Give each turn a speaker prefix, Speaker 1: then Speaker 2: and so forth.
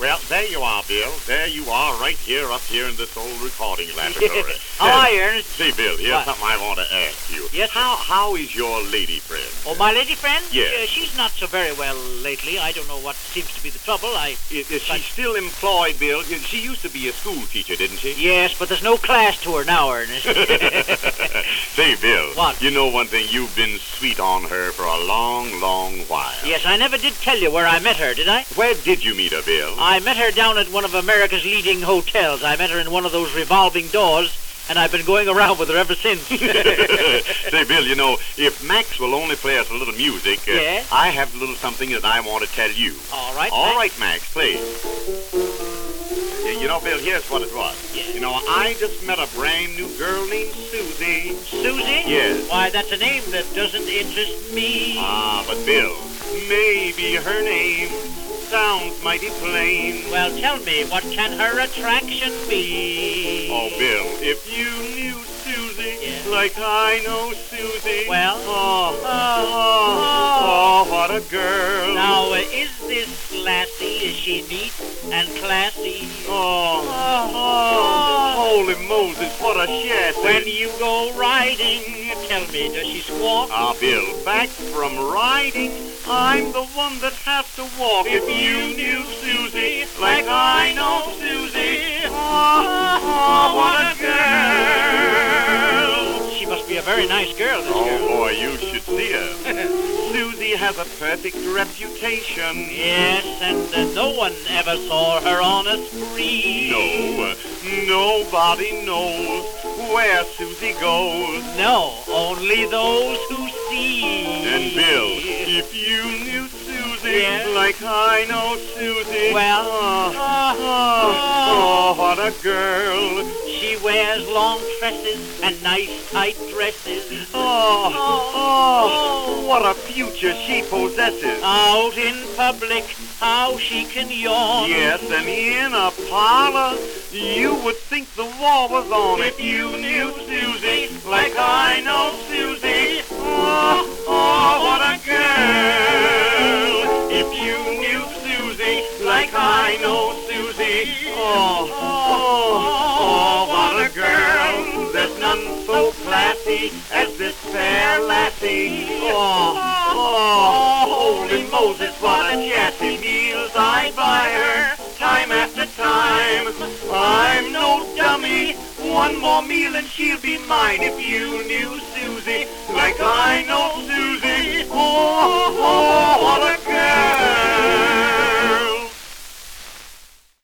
Speaker 1: Well, there you are, Bill. There you are, right here, up here in this old recording laboratory.
Speaker 2: How are you, Ernest?
Speaker 1: Say, Bill, here's
Speaker 2: What?
Speaker 1: something I want to ask you.
Speaker 2: Yes, sir.
Speaker 1: How how is your lady friend?
Speaker 2: Oh, my lady friend?
Speaker 1: Yes.
Speaker 2: Uh, she's not so very well lately. I don't know what seems to be the trouble. I.
Speaker 1: Is, is she
Speaker 2: Like-
Speaker 1: still employed, Bill? She used to be a school teacher, didn't she?
Speaker 2: Yes, but there's no class to her now, Ernest.
Speaker 1: Say, Bill.
Speaker 2: What?
Speaker 1: You know one thing, you've been sweet on her for a long, long while.
Speaker 2: yes, I never did tell you where I met her, did I?
Speaker 1: Where did you meet her, Bill?
Speaker 2: I met her down at one of America's leading hotels. I met her in one of those revolving doors, and I've been going around with her ever since.
Speaker 1: Say, Bill, you know, if Max will only play us a little music, uh,
Speaker 2: Yes?
Speaker 1: I have a little something that I want to tell you.
Speaker 2: All right.
Speaker 1: All
Speaker 2: thank-
Speaker 1: right, Max, play. You know, Bill, here's what it was.
Speaker 2: Yes.
Speaker 1: You know, I just met a brand new girl named Susie.
Speaker 2: Susie?
Speaker 1: Yes.
Speaker 2: Why, that's a name that doesn't interest me.
Speaker 1: Ah, but Bill, maybe her name sounds mighty plain.
Speaker 2: well, tell me, what can her attraction be?
Speaker 1: Oh, Bill, if you knew Susie
Speaker 2: Yes.
Speaker 1: like I know Susie.
Speaker 2: Well?
Speaker 1: Oh,
Speaker 2: Oh.
Speaker 1: oh, oh, what a girl.
Speaker 2: Now, uh, is this lassie? Is she neat and classy?
Speaker 1: Oh,
Speaker 2: Oh.
Speaker 1: oh, holy Moses, what a chassis.
Speaker 2: When you go riding, tell me, does she squawk?
Speaker 1: Ah, Bill, back from riding, I'm the one that has to walk. If you knew Susie like I know Susie, oh, oh what a girl.
Speaker 2: She must be a very nice girl, this
Speaker 1: Oh
Speaker 2: girl.
Speaker 1: boy, you should see her. Susie has a perfect reputation.
Speaker 2: Yes, and uh, no one ever saw her on a spree.
Speaker 1: No, nobody knows where Susie goes.
Speaker 2: No, only those who see.
Speaker 1: And Bill, if you knew Susie
Speaker 2: Yes?
Speaker 1: like I know Susie,
Speaker 2: Well?
Speaker 1: oh,
Speaker 2: Ah, ah.
Speaker 1: oh, what a girl.
Speaker 2: She wears long tresses and nice tight dresses.
Speaker 1: Oh, oh, what a future she possesses.
Speaker 2: Out in public, how she can yawn.
Speaker 1: Yes, and in a parlor, you would think the war was on. If you knew Susie like I know Susie, oh, oh, what a girl. If you knew Susie like I know Susie, oh, oh, oh, what a girl. There's none so classy as this fair lassie. Oh, oh, holy Moses, what a chassis. Meals I buy her time after time. I'm no dummy. One more meal and she'll be mine if you knew Susie like I Oh,